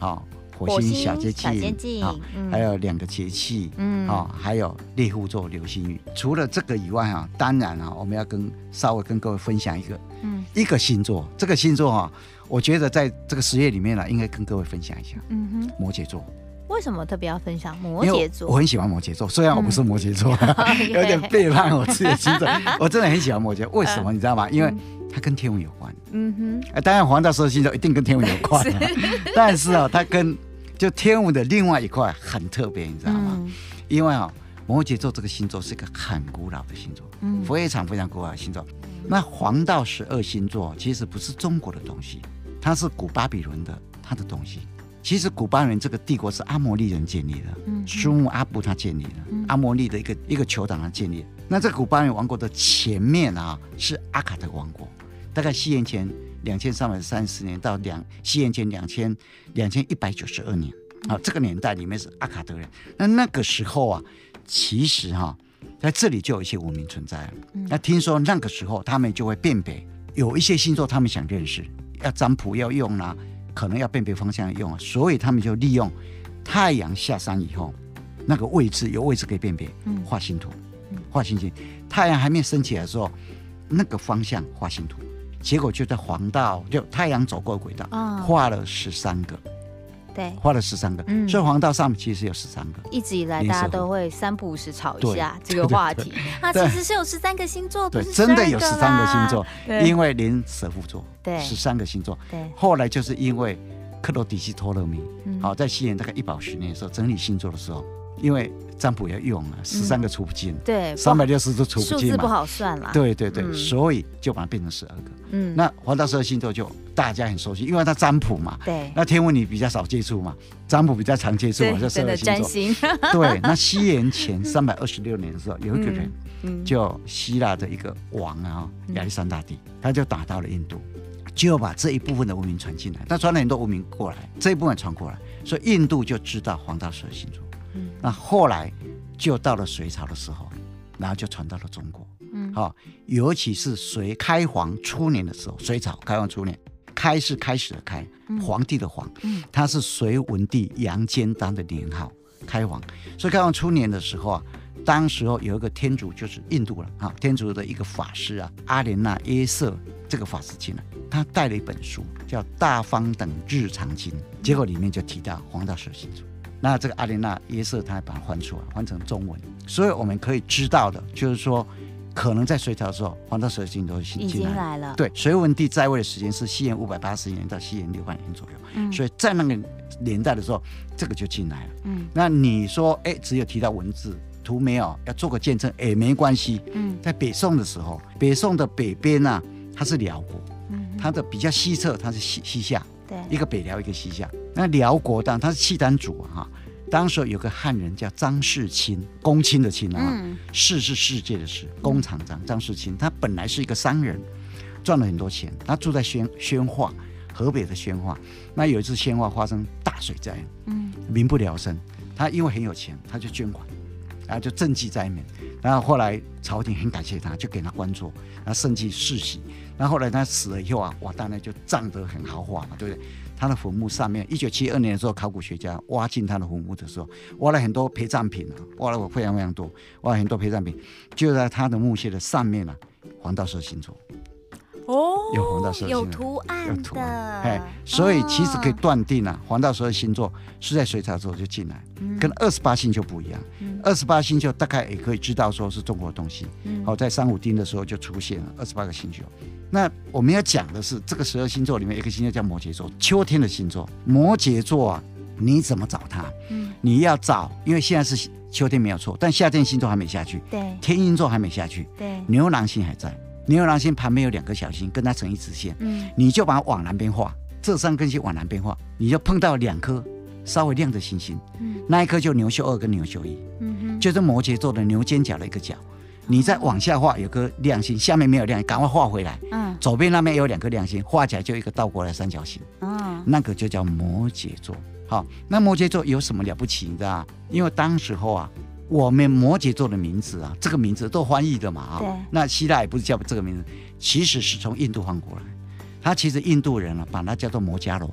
[SPEAKER 2] 啊、火
[SPEAKER 1] 火
[SPEAKER 2] 星
[SPEAKER 1] 星
[SPEAKER 2] 小节
[SPEAKER 1] 小节
[SPEAKER 2] 气
[SPEAKER 1] 气
[SPEAKER 2] 啊、
[SPEAKER 1] 嗯
[SPEAKER 2] 还有两个节气。
[SPEAKER 1] 嗯
[SPEAKER 2] 啊、还有猎户座流星雨。除了这个以外啊，当然啊，我们要跟稍微跟各位分享一个
[SPEAKER 1] 嗯
[SPEAKER 2] 一个星座。这个星座啊，我觉得在这个十月里面呢、哦应该跟各位分享一下
[SPEAKER 1] 嗯哼，
[SPEAKER 2] 摩羯座。
[SPEAKER 1] 为什么特别要分享摩
[SPEAKER 2] 因为
[SPEAKER 1] 羯
[SPEAKER 2] 我
[SPEAKER 1] [laughs] 座？嗯
[SPEAKER 2] 很喜欢摩羯座，虽然我不是摩羯座， [laughs] 有点
[SPEAKER 1] OK
[SPEAKER 2] 背叛我自己
[SPEAKER 1] [laughs]
[SPEAKER 2] 的星座。我真的很喜欢摩羯，为什么你知道吗？因为它跟天文有关。
[SPEAKER 1] 嗯
[SPEAKER 2] 呃当然黄道十二星座一定跟天文有关、啊， [laughs] 但是啊、它跟就天文的另外一块很特别，你知
[SPEAKER 1] 哼，
[SPEAKER 2] 道吗？
[SPEAKER 1] 嗯
[SPEAKER 2] 因为啊、摩羯座这个星座是一个很古老的星座，
[SPEAKER 1] 嗯
[SPEAKER 2] 非常非常古老的星座。那黄道十二星座其实不是中国的东西，它是古巴比伦的它的东西。其实古巴比伦这个帝国是阿摩利人建立的，
[SPEAKER 1] 嗯
[SPEAKER 2] 苏穆阿布他建立的，阿摩利的一个一个酋长他建立的。那这个古巴比伦王国的前面啊是阿卡德王国，大概西元前两千三百三十年到两西元前两千两千一百九十二年啊，这个年代里面是阿卡德人。那那个时候啊，其实哈、在这里就有一些文明存在了。那听说那个时候他们就会辨别，有一些星座他们想认识，要占卜要用啦、可能要辨别方向用啊，所以他们就利用太阳下山以后，那个位置有位置可以辨别
[SPEAKER 1] 嗯，
[SPEAKER 2] 画星图，画星星。太阳还没升起来的时候，那个方向画星图，结果就在黄道，就太阳走过的轨道
[SPEAKER 1] 啊，
[SPEAKER 2] 画了十三个，
[SPEAKER 1] 对，
[SPEAKER 2] 画了十三个，
[SPEAKER 1] 嗯
[SPEAKER 2] 所以黄道上面其实有十三个。
[SPEAKER 1] 一直以来
[SPEAKER 2] 林
[SPEAKER 1] 大家
[SPEAKER 2] 舍
[SPEAKER 1] 都
[SPEAKER 2] 虎
[SPEAKER 1] 会三不五时吵一
[SPEAKER 2] 对
[SPEAKER 1] 下这
[SPEAKER 2] 对
[SPEAKER 1] 个
[SPEAKER 2] 对
[SPEAKER 1] 话题啊，其
[SPEAKER 2] 对
[SPEAKER 1] 实是有十三个星座，不
[SPEAKER 2] 对，
[SPEAKER 1] 是
[SPEAKER 2] 真的
[SPEAKER 1] 12
[SPEAKER 2] 有十三个
[SPEAKER 1] 啦
[SPEAKER 2] 星座，
[SPEAKER 1] 对
[SPEAKER 2] 因为连蛇夫座，
[SPEAKER 1] 对
[SPEAKER 2] 十三个星座，
[SPEAKER 1] 对，
[SPEAKER 2] 后来就是因为克罗迪西托勒密，
[SPEAKER 1] 嗯
[SPEAKER 2] 好、在西元大概一百五十年的时候整理星座的时候，因为占卜要用啊，十三个除不尽，
[SPEAKER 1] 对，不
[SPEAKER 2] 三
[SPEAKER 1] 好
[SPEAKER 2] 百六十都除
[SPEAKER 1] 嗯数
[SPEAKER 2] 不
[SPEAKER 1] 字
[SPEAKER 2] 尽
[SPEAKER 1] 不
[SPEAKER 2] 嘛，
[SPEAKER 1] 好算啦。，
[SPEAKER 2] 对对对，
[SPEAKER 1] 嗯
[SPEAKER 2] 所以就把它变成十二个。
[SPEAKER 1] 嗯，
[SPEAKER 2] 那黄道十二星座就大家很熟悉，因为它占卜嘛。
[SPEAKER 1] 对，
[SPEAKER 2] 那天文你比较少接触嘛，占卜比较常接触嘛，
[SPEAKER 1] 对，
[SPEAKER 2] 就十
[SPEAKER 1] 真
[SPEAKER 2] 二
[SPEAKER 1] 的
[SPEAKER 2] 星
[SPEAKER 1] 占
[SPEAKER 2] 座。 [laughs]
[SPEAKER 1] 星， [laughs]
[SPEAKER 2] 对，那西元前三百二十六年的时候，有一个人
[SPEAKER 1] 嗯，
[SPEAKER 2] 就希腊的一个王啊，亚历山大帝，他就打到了印度，就把这一部分的文明传进来。他传了很多文明过来，这一部分传过来，所以印度就知道黄道十二星座。
[SPEAKER 1] 嗯
[SPEAKER 2] 那后来就到了隋朝的时候，然后就传到了中国。
[SPEAKER 1] 嗯
[SPEAKER 2] 好、尤其是隋开皇初年的时候，隋朝开皇初年，开是开始的开，皇帝的皇，
[SPEAKER 1] 嗯
[SPEAKER 2] 他是隋文帝杨坚当的年号，开皇。所以开皇初年的时候啊，当时候有一个天主，就是印度了啊，天主的一个法师啊，阿莲娜耶瑟这个法师进来，他带了一本书叫《大方等日常经》，结果里面就提到黄道十星座。那这个阿莲娜耶瑟他还把它翻出来，翻成中文，所以我们可以知道的就是说，可能在隋朝的时候，黄道十星座
[SPEAKER 1] 已
[SPEAKER 2] 进进
[SPEAKER 1] 经
[SPEAKER 2] 来了。
[SPEAKER 1] 来了，
[SPEAKER 2] 对，隋文帝在位的时间是西元五百八十年到西元六百年左右，
[SPEAKER 1] 嗯
[SPEAKER 2] 所以在那个年代的时候，这个就进来了。
[SPEAKER 1] 嗯
[SPEAKER 2] 那你说，哎，只有提到文字图没有，要做个见证也没关系。
[SPEAKER 1] 嗯
[SPEAKER 2] 在北宋的时候，北宋的北边呢、它是辽国，
[SPEAKER 1] 嗯，
[SPEAKER 2] 它的比较西侧它是西西夏，一
[SPEAKER 1] 对，
[SPEAKER 2] 个北辽一个西夏。那辽国当然它是契丹族啊，哈当时有个汉人叫张世钦，公卿的卿啊，
[SPEAKER 1] 嗯
[SPEAKER 2] 世是世界的世，工厂长张世钦，他本来是一个商人，赚了很多钱，他住在宣宣化，河北的宣化。那有一次宣化发生大水灾，
[SPEAKER 1] 嗯
[SPEAKER 2] 民不聊生。他因为很有钱，他就捐款，然后就赈济灾民。然后后来朝廷很感谢他，就给他官做，然后甚至世袭。然后后来他死了以后啊，哇，当然就葬得很豪华嘛，对不对？他的坟墓上面，一九七二年的时候，考古学家挖进他的坟墓的时候，挖了很多陪葬品啊，挖了非常非常多，挖了很多陪葬品，就在他的墓穴的上面啊，黄道蛇星座。
[SPEAKER 1] 哦
[SPEAKER 2] 有黄道十二星
[SPEAKER 1] 有
[SPEAKER 2] 座
[SPEAKER 1] 图
[SPEAKER 2] 有
[SPEAKER 1] 案
[SPEAKER 2] 图
[SPEAKER 1] 的，
[SPEAKER 2] 哎，所以其实可以
[SPEAKER 1] 哦
[SPEAKER 2] 断定啊，黄道十二星座是在隋朝之后就进来，跟二十八星就不一样
[SPEAKER 1] 嗯。
[SPEAKER 2] 二十八星就大概也可以知道说是中国的东西。
[SPEAKER 1] 嗯
[SPEAKER 2] 好，在三五丁的时候就出现了二十八个星球。那我们要讲的是，这个十二星座里面有一个星座叫摩羯座，秋天的星座。摩羯座啊，你怎么找它？
[SPEAKER 1] 嗯
[SPEAKER 2] 你要找，因为现在是秋天没有错，但夏天星座还没下去，
[SPEAKER 1] 对
[SPEAKER 2] 天鹰座还没下去，
[SPEAKER 1] 对，
[SPEAKER 2] 牛郎星还在。牛郎星旁边有两颗小星，跟它成一直线。
[SPEAKER 1] 嗯
[SPEAKER 2] 你就把它往南边画，这三根线往南边画，你就碰到两颗稍微亮的星星，
[SPEAKER 1] 嗯
[SPEAKER 2] 那一颗就牛宿二跟牛宿一，
[SPEAKER 1] 嗯哼，
[SPEAKER 2] 就是摩羯座的牛肩角的一个角。你再往下画，有颗亮星，下面没有亮，赶快画回来。
[SPEAKER 1] 嗯
[SPEAKER 2] 左边那边有两颗亮星，画起来就一个倒过来三角形，
[SPEAKER 1] 嗯
[SPEAKER 2] 那个就叫摩羯座。好，那摩羯座有什么了不起？你知道吗？因为当时候啊，我们摩羯座的名字啊，这个名字都翻译的嘛啊、
[SPEAKER 1] 对
[SPEAKER 2] 那希腊也不是叫这个名字，其实是从印度翻过来。他其实印度人啊，把它叫做摩伽罗，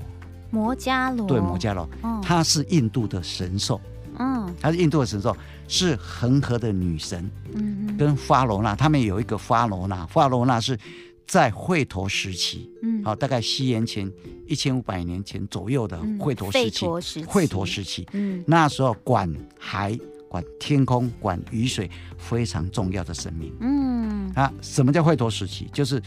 [SPEAKER 1] 摩伽罗，
[SPEAKER 2] 对，摩伽罗，
[SPEAKER 1] 哦嗯，
[SPEAKER 2] 它是印度的神兽，
[SPEAKER 1] 嗯
[SPEAKER 2] 它是印度的神兽，是恒河的女神
[SPEAKER 1] 嗯
[SPEAKER 2] 跟法罗那，他们有一个法罗那，法罗那是在吠陀时期，
[SPEAKER 1] 嗯
[SPEAKER 2] 好、大概西元前一千五百年前左右的
[SPEAKER 1] 嗯
[SPEAKER 2] 吠陀时
[SPEAKER 1] 吠
[SPEAKER 2] 期，
[SPEAKER 1] 陀时期
[SPEAKER 2] 吠陀时期，
[SPEAKER 1] 嗯
[SPEAKER 2] 那时候管海、管天空、管雨水非常重要的神明。
[SPEAKER 1] 嗯
[SPEAKER 2] 啊，什么叫吠陀时期？就是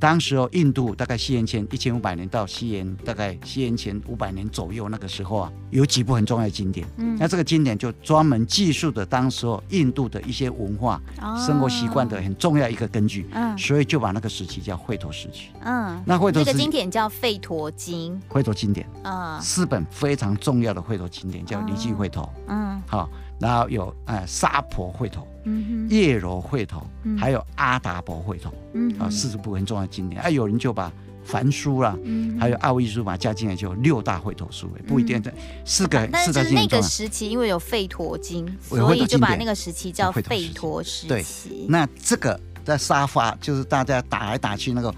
[SPEAKER 2] 当时候印度大概西元前一千五百年到西元大概西元前五百年左右那个时候啊，有几部很重要的经典。
[SPEAKER 1] 嗯
[SPEAKER 2] 那这个经典就专门记述的当时候印度的一些文化、生活习惯的
[SPEAKER 1] 哦
[SPEAKER 2] 很重要一个根据，
[SPEAKER 1] 嗯
[SPEAKER 2] 所以就把那个时期叫吠陀时期。
[SPEAKER 1] 嗯，
[SPEAKER 2] 那吠陀
[SPEAKER 1] 这个
[SPEAKER 2] 时
[SPEAKER 1] 经
[SPEAKER 2] 期，
[SPEAKER 1] 典叫吠陀经
[SPEAKER 2] 吠陀经典
[SPEAKER 1] 啊，
[SPEAKER 2] 四本非常重要的吠陀经典叫《离记吠陀》，
[SPEAKER 1] 嗯
[SPEAKER 2] 好、然后有呃沙婆吠陀、
[SPEAKER 1] 嗯
[SPEAKER 2] 叶柔吠陀，
[SPEAKER 1] 嗯
[SPEAKER 2] 还有阿达婆吠陀。
[SPEAKER 1] 哼嗯
[SPEAKER 2] 啊，
[SPEAKER 1] 哼
[SPEAKER 2] 四十部很重要的经典。啊，有人就把梵书啦、
[SPEAKER 1] 嗯
[SPEAKER 2] 还有奥义书把它加进来，就有六大会头书，不一定。但四个
[SPEAKER 1] 啊但
[SPEAKER 2] 四
[SPEAKER 1] 是
[SPEAKER 2] 大
[SPEAKER 1] 就是
[SPEAKER 2] 经
[SPEAKER 1] 那
[SPEAKER 2] 典很重
[SPEAKER 1] 个
[SPEAKER 2] 要。
[SPEAKER 1] 时期，因为有吠陀经，
[SPEAKER 2] 有
[SPEAKER 1] 所
[SPEAKER 2] 吠
[SPEAKER 1] 以就
[SPEAKER 2] 陀经
[SPEAKER 1] 把
[SPEAKER 2] 典
[SPEAKER 1] 那个时期叫
[SPEAKER 2] 有
[SPEAKER 1] 吠
[SPEAKER 2] 吠陀时期
[SPEAKER 1] 陀时
[SPEAKER 2] 对
[SPEAKER 1] 期。
[SPEAKER 2] 那这个在沙发就是大家打来打去那个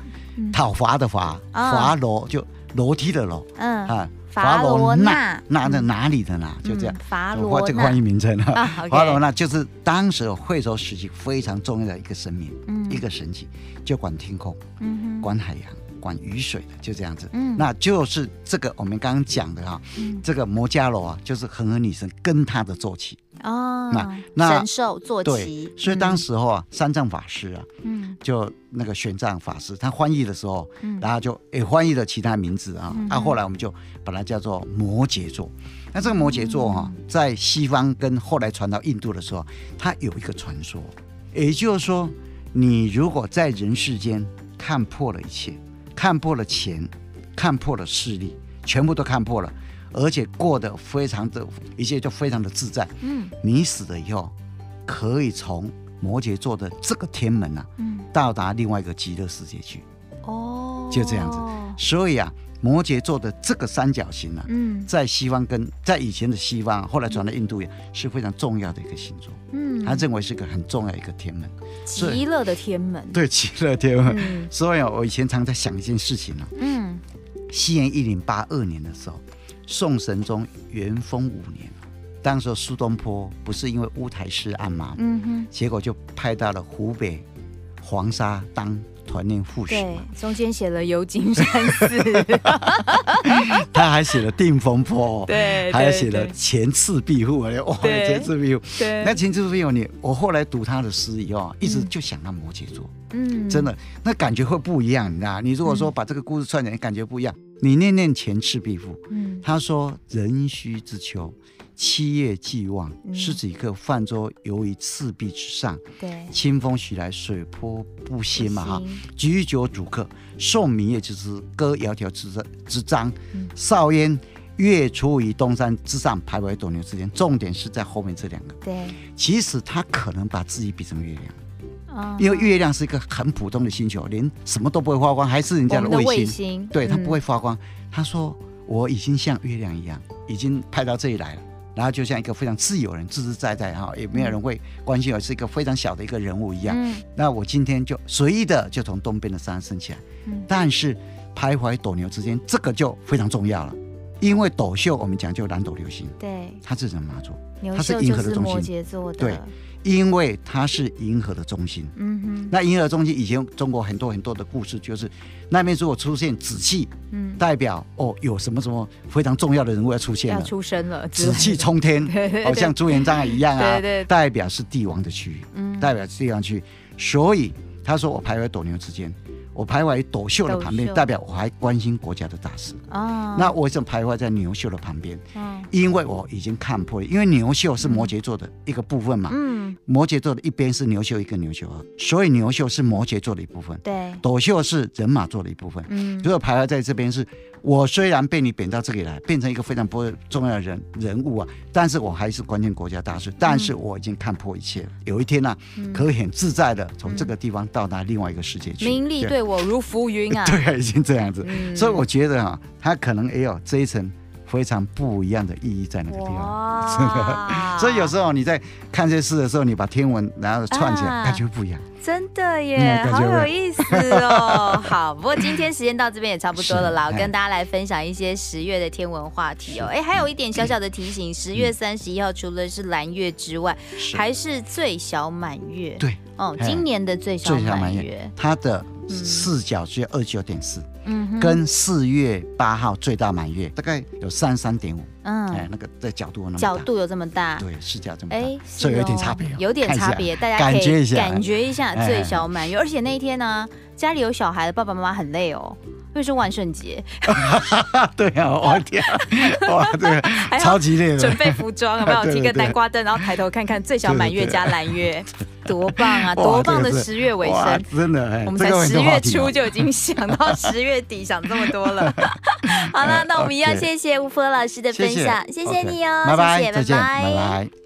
[SPEAKER 2] 讨伐的伐，
[SPEAKER 1] 嗯啊
[SPEAKER 2] 伐楼就楼梯的楼
[SPEAKER 1] 嗯，
[SPEAKER 2] 啊，
[SPEAKER 1] 伐罗那
[SPEAKER 2] 那的
[SPEAKER 1] 嗯
[SPEAKER 2] 哪里的哪，就这样
[SPEAKER 1] 嗯。伐
[SPEAKER 2] 我
[SPEAKER 1] 罗
[SPEAKER 2] 换这个翻译名称了。 [laughs]
[SPEAKER 1] 啊，OK
[SPEAKER 2] 华罗那就是当时惠州时期非常重要的一个神明，
[SPEAKER 1] 嗯
[SPEAKER 2] 一个神祇，就管天空、
[SPEAKER 1] 嗯哼
[SPEAKER 2] 管海洋、管雨水的，就这样子。
[SPEAKER 1] 嗯
[SPEAKER 2] 那就是这个我们刚刚讲的啊，
[SPEAKER 1] 嗯
[SPEAKER 2] 这个摩伽罗啊，就是恒河女神跟她的坐骑。
[SPEAKER 1] 哦
[SPEAKER 2] 那，那
[SPEAKER 1] 神兽坐骑
[SPEAKER 2] 对，，所以当时候啊，三藏法师啊，
[SPEAKER 1] 嗯
[SPEAKER 2] 就那个玄奘法师，他翻译的时候，
[SPEAKER 1] 嗯
[SPEAKER 2] 然后就也翻译了其他名字啊，啊，后来我们就把它叫做摩羯座。那这个摩羯座哈、啊，
[SPEAKER 1] 嗯
[SPEAKER 2] 在西方跟后来传到印度的时候，它有一个传说，也就是说，你如果在人世间看破了一切，看破了钱，看破了势力，全部都看破了，而且过得非常的一切就非常的自在，
[SPEAKER 1] 嗯
[SPEAKER 2] 你死了以后，可以从摩羯座的这个天门啊，
[SPEAKER 1] 嗯
[SPEAKER 2] 到达另外一个极乐世界去。
[SPEAKER 1] 哦，
[SPEAKER 2] 就这样子所以啊，摩羯座的这个三角形啊，
[SPEAKER 1] 嗯
[SPEAKER 2] 在西方跟在以前的西方，啊后来转到印度也是非常重要的一个星座，
[SPEAKER 1] 嗯，
[SPEAKER 2] 他认为是个很重要一个天门，是
[SPEAKER 1] 极乐的天门，
[SPEAKER 2] 对极乐天门。
[SPEAKER 1] 嗯
[SPEAKER 2] 所以啊，我以前常在想一件事情啊，
[SPEAKER 1] 嗯
[SPEAKER 2] 西元一零八二年的时候，宋神宗元丰五年，啊当时苏东坡不是因为乌台诗案吗？
[SPEAKER 1] 嗯哼
[SPEAKER 2] 结果就派到了湖北黄沙当团练复习
[SPEAKER 1] 对
[SPEAKER 2] 嘛。，
[SPEAKER 1] 中间写了游景山
[SPEAKER 2] [laughs]
[SPEAKER 1] 寺，
[SPEAKER 2] 他还写了定风波，
[SPEAKER 1] 对
[SPEAKER 2] 还
[SPEAKER 1] 对
[SPEAKER 2] 写了
[SPEAKER 1] 对
[SPEAKER 2] 前次庇护，哇，
[SPEAKER 1] 对
[SPEAKER 2] 前次庇护。
[SPEAKER 1] 对
[SPEAKER 2] 那前次庇护你，我后来读他的诗以后啊，一直就想到摩羯座，
[SPEAKER 1] 嗯
[SPEAKER 2] 真的，那感觉会不一样，你知道吗？你如果说把这个故事串起来，感觉不一样。你念念前次庇护，
[SPEAKER 1] 嗯
[SPEAKER 2] 他说：“壬戌之秋，七月既望，
[SPEAKER 1] 嗯
[SPEAKER 2] 狮子一刻泛舟游于赤壁之上，
[SPEAKER 1] 对，
[SPEAKER 2] 清风徐来，水波不兴嘛哈
[SPEAKER 1] 不兴。
[SPEAKER 2] 举酒属客，诵明月之诗，歌窈窕之之章
[SPEAKER 1] 嗯。
[SPEAKER 2] 少焉月出于东山之上，徘徊斗牛之间。重点是在后面这两个。
[SPEAKER 1] 对，
[SPEAKER 2] 其实他可能把自己比成月亮，
[SPEAKER 1] 啊
[SPEAKER 2] 因为月亮是一个很普通的星球，连什么都不会发光，还是人
[SPEAKER 1] 我
[SPEAKER 2] 家
[SPEAKER 1] 们
[SPEAKER 2] 的
[SPEAKER 1] 的
[SPEAKER 2] 卫
[SPEAKER 1] 卫
[SPEAKER 2] 星。
[SPEAKER 1] 星，
[SPEAKER 2] 对，它
[SPEAKER 1] 嗯
[SPEAKER 2] 不会发光。他说我已经像月亮一样，已经派到这里来了。然后就像一个非常自由人，自自在在哈，也没有人会关心我是一个非常小的一个人物一样。
[SPEAKER 1] 嗯
[SPEAKER 2] 那我今天就随意的就从东边的山升起来，
[SPEAKER 1] 嗯
[SPEAKER 2] 但是徘徊斗牛之间，这个就非常重要了，因为斗宿我们讲究南斗流星，
[SPEAKER 1] 对，
[SPEAKER 2] 它是人马座，
[SPEAKER 1] 牛
[SPEAKER 2] 它是
[SPEAKER 1] 秀
[SPEAKER 2] 银
[SPEAKER 1] 就
[SPEAKER 2] 河的
[SPEAKER 1] 是
[SPEAKER 2] 中
[SPEAKER 1] 摩
[SPEAKER 2] 心
[SPEAKER 1] 羯座的，
[SPEAKER 2] 对因为它是银河的中心。
[SPEAKER 1] 嗯哼，
[SPEAKER 2] 那银河中心以前中国很多很多的故事，就是那边如果出现紫气，
[SPEAKER 1] 嗯，
[SPEAKER 2] 代表哦有什么什么非常重要的人物要出现
[SPEAKER 1] 要
[SPEAKER 2] 了，
[SPEAKER 1] 出生了之类
[SPEAKER 2] 紫
[SPEAKER 1] 的，
[SPEAKER 2] 气
[SPEAKER 1] [laughs]
[SPEAKER 2] 冲天，哦像朱元璋一样啊，
[SPEAKER 1] 对对对
[SPEAKER 2] 代表是帝王的区域，
[SPEAKER 1] 嗯
[SPEAKER 2] 代表是帝王区域。所以他说我徘徊斗牛之间，我徘徊斗秀的旁
[SPEAKER 1] 斗
[SPEAKER 2] 边，
[SPEAKER 1] 秀
[SPEAKER 2] 代表我还关心国家的大事。
[SPEAKER 1] 啊，
[SPEAKER 2] 那我为什么徘徊在牛秀的旁边？
[SPEAKER 1] 嗯
[SPEAKER 2] 因为我已经看破了，因为牛秀是摩羯座的一个部分嘛，
[SPEAKER 1] 嗯，
[SPEAKER 2] 摩羯座的一边是牛秀，一个牛秀啊，所以牛秀是摩羯座的一部分，
[SPEAKER 1] 对，
[SPEAKER 2] 斗秀是人马座的一部分。
[SPEAKER 1] 嗯
[SPEAKER 2] 所以徘徊在这边是，我虽然被你贬到这里来，变成一个非常不重要的人人物啊，但是我还是关心国家大事，但是我已经看破一切了。有一天呢、
[SPEAKER 1] 嗯
[SPEAKER 2] 可以很自在的从这个地方到达另外一个世界去，
[SPEAKER 1] 名利
[SPEAKER 2] [laughs] 对
[SPEAKER 1] 对我如浮云啊，
[SPEAKER 2] 对，已经这样子，
[SPEAKER 1] 嗯
[SPEAKER 2] 所以我觉得啊，他可能也有这一层非常不一样的意义在那个地方。
[SPEAKER 1] 哇
[SPEAKER 2] [laughs] 所以有时候你在看这些诗的时候，你把天文然后串起来，
[SPEAKER 1] 啊
[SPEAKER 2] 感觉不一样。
[SPEAKER 1] 真的耶，
[SPEAKER 2] 嗯感觉
[SPEAKER 1] 好
[SPEAKER 2] 不
[SPEAKER 1] 有
[SPEAKER 2] 错
[SPEAKER 1] 意思
[SPEAKER 2] [laughs]
[SPEAKER 1] 哦。好，不过今天时间到这边也差不多了啦，
[SPEAKER 2] 是
[SPEAKER 1] 我跟大家来分享一些十月的天文话题哦。哎，还有一点小小的提醒，十月三十一号除了是蓝月之外，
[SPEAKER 2] 嗯是
[SPEAKER 1] 还是最小满月。
[SPEAKER 2] 对，
[SPEAKER 1] 哦，
[SPEAKER 2] 哎
[SPEAKER 1] 今年的最小
[SPEAKER 2] 最小
[SPEAKER 1] 满
[SPEAKER 2] 满
[SPEAKER 1] 月
[SPEAKER 2] 月，，它的视角只有二九点四。
[SPEAKER 1] 嗯哼，
[SPEAKER 2] 跟四月八号最大满月大概有三三点五，哎
[SPEAKER 1] 嗯，，
[SPEAKER 2] 那个在角度有那么大
[SPEAKER 1] 角度有这么大。
[SPEAKER 2] 对视角这么大
[SPEAKER 1] 哎，，是
[SPEAKER 2] 所以有
[SPEAKER 1] 哦
[SPEAKER 2] 点差别哦，
[SPEAKER 1] 有点
[SPEAKER 2] 看一下
[SPEAKER 1] 差别，大家可
[SPEAKER 2] 感
[SPEAKER 1] 以
[SPEAKER 2] 觉一下，
[SPEAKER 1] 感觉一下
[SPEAKER 2] 哎
[SPEAKER 1] 最小满月。而且那一天呢，家里有小孩的爸爸妈妈很累哦，因为是万圣节，
[SPEAKER 2] 啊，对
[SPEAKER 1] [laughs]
[SPEAKER 2] 啊，我的天啊，哇，对，
[SPEAKER 1] 还好
[SPEAKER 2] 超级累
[SPEAKER 1] 准
[SPEAKER 2] 的，
[SPEAKER 1] 备服装
[SPEAKER 2] [laughs]
[SPEAKER 1] 有没有？
[SPEAKER 2] 对对
[SPEAKER 1] 提个
[SPEAKER 2] 对
[SPEAKER 1] 南瓜灯，然后抬头看看最小
[SPEAKER 2] 对对
[SPEAKER 1] 满月
[SPEAKER 2] 对
[SPEAKER 1] 加蓝月，多棒啊！
[SPEAKER 2] [laughs] 哇
[SPEAKER 1] 多棒的
[SPEAKER 2] 这个是
[SPEAKER 1] 十月尾
[SPEAKER 2] 哇
[SPEAKER 1] 声。，
[SPEAKER 2] 真的，哎
[SPEAKER 1] 我们
[SPEAKER 2] 这
[SPEAKER 1] 才
[SPEAKER 2] 个会是
[SPEAKER 1] 十
[SPEAKER 2] 话
[SPEAKER 1] 月
[SPEAKER 2] 题哦
[SPEAKER 1] 初就已经想到 [laughs] 十月底想这么多
[SPEAKER 2] [laughs]
[SPEAKER 1] 了。好了，那我们一样
[SPEAKER 2] OK
[SPEAKER 1] 谢谢吴峰老师的分
[SPEAKER 2] 谢谢
[SPEAKER 1] 享，谢谢
[SPEAKER 2] ，OK，
[SPEAKER 1] 你哦，
[SPEAKER 2] 拜拜，
[SPEAKER 1] 谢谢，
[SPEAKER 2] 再见，拜拜。